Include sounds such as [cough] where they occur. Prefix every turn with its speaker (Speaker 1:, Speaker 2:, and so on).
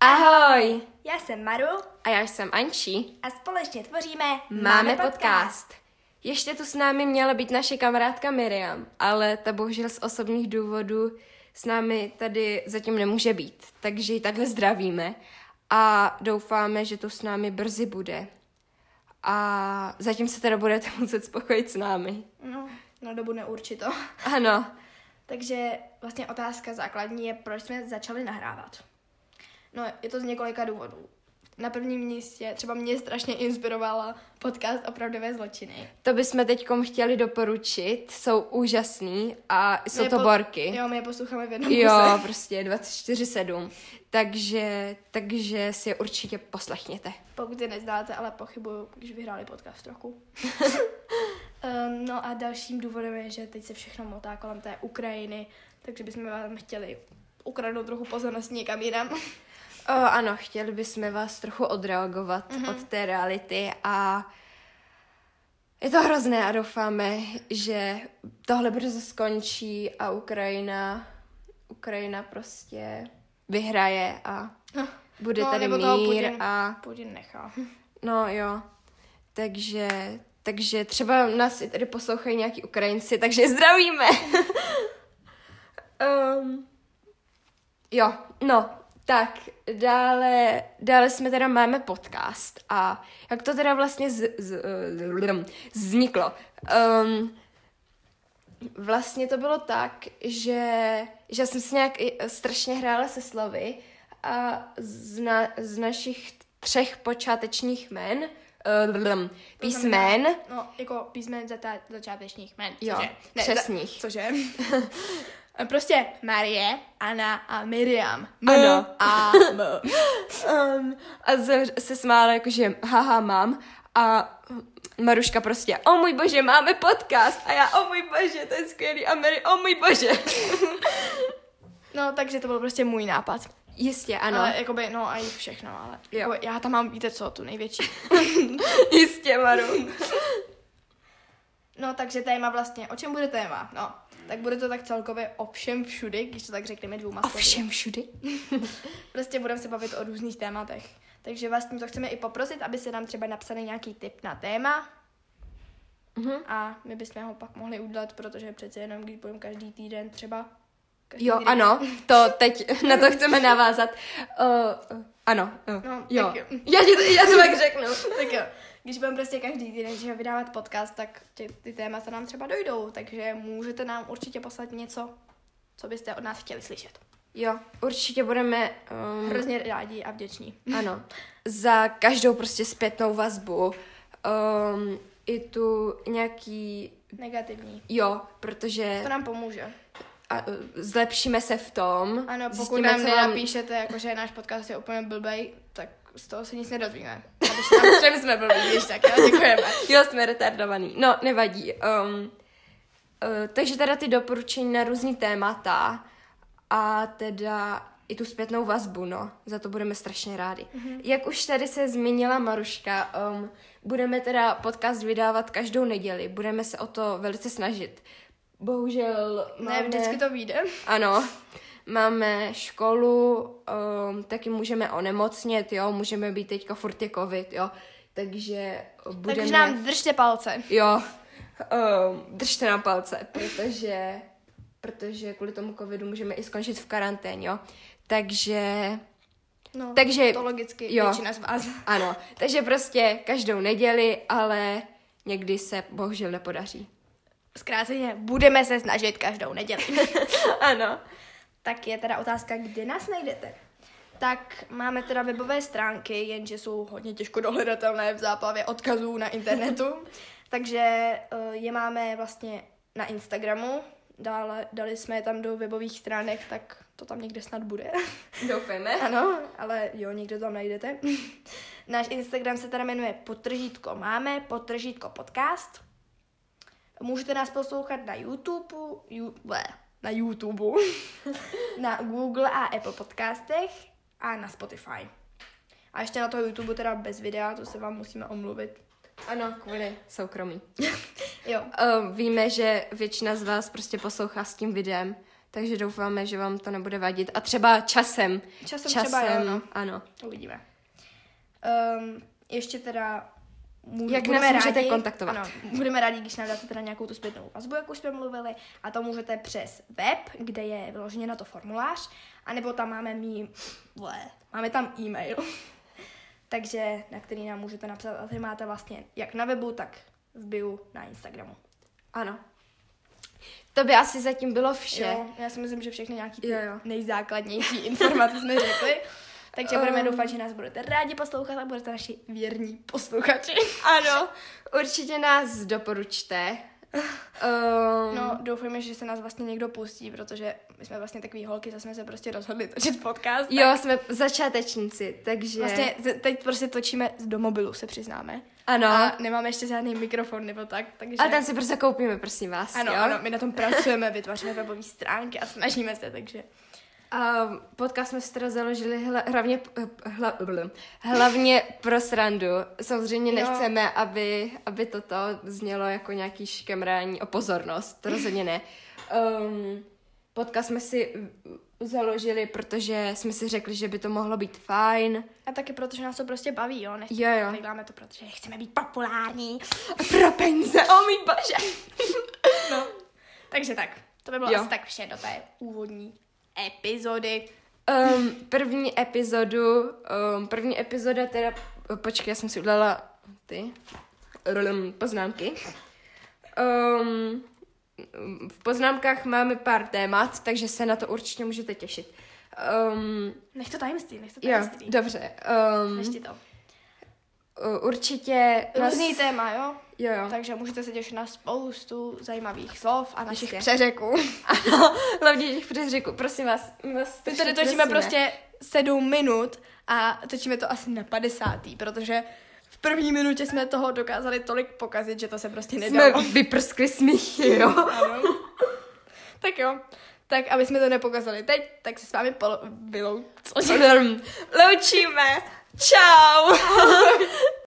Speaker 1: Ahoj!
Speaker 2: Já jsem Maru
Speaker 1: A já jsem Anči.
Speaker 2: a společně tvoříme
Speaker 1: Máme podcast. Ještě tu s námi měla být naše kamarádka Miriam, ale ta bohužel z osobních důvodů s námi tady zatím nemůže být, takže ji takhle zdravíme a doufáme, že tu s námi brzy bude. A zatím se teda budete [laughs] muset spokojit s námi.
Speaker 2: No, na dobu neurčito. [laughs]
Speaker 1: Ano,
Speaker 2: Takže vlastně otázka základní je, proč jsme začali nahrávat. No, je to z několika důvodů. Na prvním místě třeba mě strašně inspirovala podcast Opravdové zločiny.
Speaker 1: to bychom teď chtěli doporučit, jsou úžasný a jsou
Speaker 2: My je
Speaker 1: to
Speaker 2: po-
Speaker 1: borky.
Speaker 2: Jo, my je posloucháme v jednom
Speaker 1: Jo,
Speaker 2: kuse.
Speaker 1: prostě 24-7. Takže, takže si je určitě poslechněte.
Speaker 2: Pokud je neznáte, ale pochybuju, když vyhráli
Speaker 1: [laughs]
Speaker 2: podcast roku. Ehm, no a dalším důvodem je, že teď se všechno motá kolem té Ukrajiny, takže bychom vám chtěli ukradnout trochu pozornost někam jinam.
Speaker 1: O, ano, chtěli bychom vás trochu odreagovat mm-hmm. od té reality a je to hrozné a doufáme, že tohle brzo skončí a Ukrajina, Ukrajina prostě vyhraje a [laughs] bude
Speaker 2: No,
Speaker 1: tady
Speaker 2: nebo toho
Speaker 1: mír
Speaker 2: Putin.
Speaker 1: a
Speaker 2: Putin nechá.
Speaker 1: No jo, takže, takže třeba nás i tady poslouchají nějaký Ukrajinci, takže je zdravíme. um, jo, no, tak dále, dále jsme teda máme podcast a jak to teda vlastně z, z, z, vzniklo. Um, Vlastně to bylo tak, že, že já jsem si nějak i strašně hrála se slovy a z, na, z našich třech počátečních jmen, uh, písmen,
Speaker 2: No, jako písmen za ta- začátečních jmen.
Speaker 1: Jo,
Speaker 2: cože?
Speaker 1: přesných. [laughs]
Speaker 2: Za, cože? E, prostě Marie, Anna a Miriam. M
Speaker 1: Ano.
Speaker 2: A
Speaker 1: [laughs]
Speaker 2: M.
Speaker 1: um, a ze- se smála jakože haha mám a Maruška prostě, o můj bože, máme podcast a já, o můj bože, to je skvělý a Mary, o můj bože.
Speaker 2: No, takže to byl prostě můj nápad.
Speaker 1: [laughs] Jistě, ano.
Speaker 2: Ano. Ale jakoby, no a i všechno, ale
Speaker 1: Jo.
Speaker 2: jako, já tam mám, víte co, tu největší.
Speaker 1: Jistě, Maru.
Speaker 2: No, takže téma vlastně, o čem bude téma? No, tak bude to tak celkově o všem všudy, když to tak řekneme dvouma
Speaker 1: A
Speaker 2: slovy.
Speaker 1: všem všudy.
Speaker 2: Prostě budeme se bavit o různých tématech. Takže vlastně to chceme i poprosit, aby se nám třeba napsali nějaký tip na téma.
Speaker 1: Mhm.
Speaker 2: A my bychom ho pak mohli udělat, protože přece jenom, když budeme každý týden třeba... Každý
Speaker 1: Jo,
Speaker 2: týden.
Speaker 1: ano, to teď na to chceme navázat. Uh, ano, uh,
Speaker 2: No, tak
Speaker 1: jo.
Speaker 2: jo.
Speaker 1: Já, ti to, já to [laughs] tak řeknu.
Speaker 2: Tak jo, když budeme prostě každý týden že jo, vydávat podcast, tak ty, ty témata nám třeba dojdou, takže můžete nám určitě poslat něco, co byste od nás chtěli slyšet.
Speaker 1: Jo, určitě budeme, um,
Speaker 2: Hrozně rádi a vděční.
Speaker 1: ano, za každou prostě zpětnou vazbu. Um, I tu nějaký,
Speaker 2: Negativní.
Speaker 1: jo, protože
Speaker 2: To nám pomůže.
Speaker 1: a, uh, zlepšíme se v tom.
Speaker 2: Ano, pokud
Speaker 1: zjistíme,
Speaker 2: nám
Speaker 1: co vám-
Speaker 2: nenapíšete, jako, že náš podcast je úplně blbej, tak z toho se nic nedozvíme. Když
Speaker 1: [laughs]
Speaker 2: nám všem jsme blbí, když tak, jo, děkujeme.
Speaker 1: Jo, jsme retardovaný. No, nevadí. Um, uh, takže teda ty doporučení na různý témata a teda i tu zpětnou vazbu, no. Za to budeme strašně rádi.
Speaker 2: Mhm.
Speaker 1: Mm-hmm. Jak už tady se zmínila Maruška, um, budeme teda podcast vydávat každou neděli. Budeme se o to velice snažit. Bohužel
Speaker 2: Ne, vždycky to vyjde.
Speaker 1: ano, máme školu, um, taky můžeme onemocnit, jo, můžeme být teďka furt je covid, jo, takže budeme...
Speaker 2: Takže nám držte palce.
Speaker 1: Jo, um, držte nám palce, protože, protože kvůli tomu covidu můžeme i skončit v karanténě, jo. Takže,
Speaker 2: No,
Speaker 1: Takže-
Speaker 2: to logicky
Speaker 1: jo.
Speaker 2: většina
Speaker 1: [laughs]
Speaker 2: z vás.
Speaker 1: ano, takže prostě každou neděli, ale někdy se bohužel nepodaří.
Speaker 2: Zkráceně, budeme se snažit každou neděli.
Speaker 1: ano.
Speaker 2: Tak je teda otázka, kde nás najdete? Tak máme teda webové stránky, jenže jsou hodně těžko dohledatelné v záplavě odkazů na internetu. Takže eh, je máme vlastně na Instagramu, dále dali jsme je tam do webových stránek, tak to tam někde snad bude.
Speaker 1: Doufejme.
Speaker 2: [laughs] Ano, ale jo, někde to tam najdete. [laughs] Náš Instagram se teda jmenuje Potržítko máme, Potržítko podcast. Můžete nás poslouchat na YouTube, ju, ble, na YouTube, [laughs] na Google a Apple podcastech a na Spotify. A ještě na toho YouTube teda bez videa, to se vám musíme omluvit.
Speaker 1: Ano, kvůli soukromí.
Speaker 2: [laughs] Jo.
Speaker 1: Um, víme, že většina z vás prostě poslouchá s tím videem, takže doufáme, že vám to nebude vadit. A třeba časem.
Speaker 2: Časem třeba jo, no.
Speaker 1: Ano.
Speaker 2: Uvidíme. Um, ještě teda mů-
Speaker 1: Jak nás můžete kontaktovat?
Speaker 2: Ano, budeme rádi, když nám dáte teda nějakou tu zpětnou vazbu, jak už jsme mluvili, a to můžete přes web, kde je vyloženě na to formulář, anebo tam máme mý, ble, máme tam e-mail, [laughs] takže na který nám můžete napsat a ty máte vlastně jak na webu, tak v bio na Instagramu.
Speaker 1: Ano. To by asi zatím bylo vše.
Speaker 2: Jo, já si myslím, že všechny nějaký ty
Speaker 1: Jo, jo.
Speaker 2: nejzákladnější [laughs] informace jsme řekli. Takže budeme
Speaker 1: Um.
Speaker 2: doufat, že nás budete rádi poslouchat a budete naši věrní posluchači.
Speaker 1: Ano, určitě nás
Speaker 2: [laughs]
Speaker 1: doporučte. Um,
Speaker 2: No, doufujeme, že se nás vlastně někdo pustí, protože my jsme vlastně takový holky, co jsme se prostě rozhodli točit podcast. tak
Speaker 1: jo, jsme začátečníci, takže...
Speaker 2: Vlastně z- teď prostě točíme z domobilu, se přiznáme.
Speaker 1: ano.
Speaker 2: A nemáme ještě žádný mikrofon nebo tak, takže...
Speaker 1: A ten si prostě koupíme, prosím vás.
Speaker 2: ano,
Speaker 1: jo?
Speaker 2: ano, my na tom pracujeme, vytváříme webové stránky a snažíme se, takže...
Speaker 1: A podcast jsme si teda založili hla, hlavně, hla, bl- hlavně pro srandu. Samozřejmě
Speaker 2: Jo.
Speaker 1: nechceme, aby, aby toto znělo jako nějaký škemrání o pozornost. To rozhodně ne. Um, podcast jsme si založili, protože jsme si řekli, že by to mohlo být fajn.
Speaker 2: A taky protože nás to prostě baví, jo? Nechci,
Speaker 1: Jo, jo.
Speaker 2: Tak děláme to, protože chceme být populární.
Speaker 1: Pro peníze, o můj bože!
Speaker 2: No. Takže tak, to by bylo
Speaker 1: Jo.
Speaker 2: jo. asi tak vše do té úvodní epizody.
Speaker 1: Um, první epizodu, um, první epizoda teda, počkej, já jsem si udělala ty rlm, poznámky. Um, v poznámkách máme pár témat, takže se na to určitě můžete těšit. Um,
Speaker 2: Nech to tajemství, nech to
Speaker 1: jo,
Speaker 2: tajemství.
Speaker 1: dobře. Um,
Speaker 2: Nech ti to.
Speaker 1: u- určitě
Speaker 2: Různý téma, jo?
Speaker 1: jo, jo.
Speaker 2: Takže můžete se těšit na spoustu zajímavých slov a našich
Speaker 1: Jistě.
Speaker 2: přeřeků.
Speaker 1: vlastně. [laughs] Ano, hlavně těch přeřeků, prosím vás. my vás
Speaker 2: My
Speaker 1: strašně
Speaker 2: tady točíme
Speaker 1: prosíme.
Speaker 2: prostě sedm minut a točíme to asi na 50. protože v první minutě jsme toho dokázali tolik pokazit, že to se prostě
Speaker 1: Jsme
Speaker 2: nedalo.
Speaker 1: vyprskli smíchy, jo.
Speaker 2: Ano. tak jo. Tak, aby jsme to nepokazali teď, tak se s vámi polo- vyloučíme.
Speaker 1: Loučíme. Čau.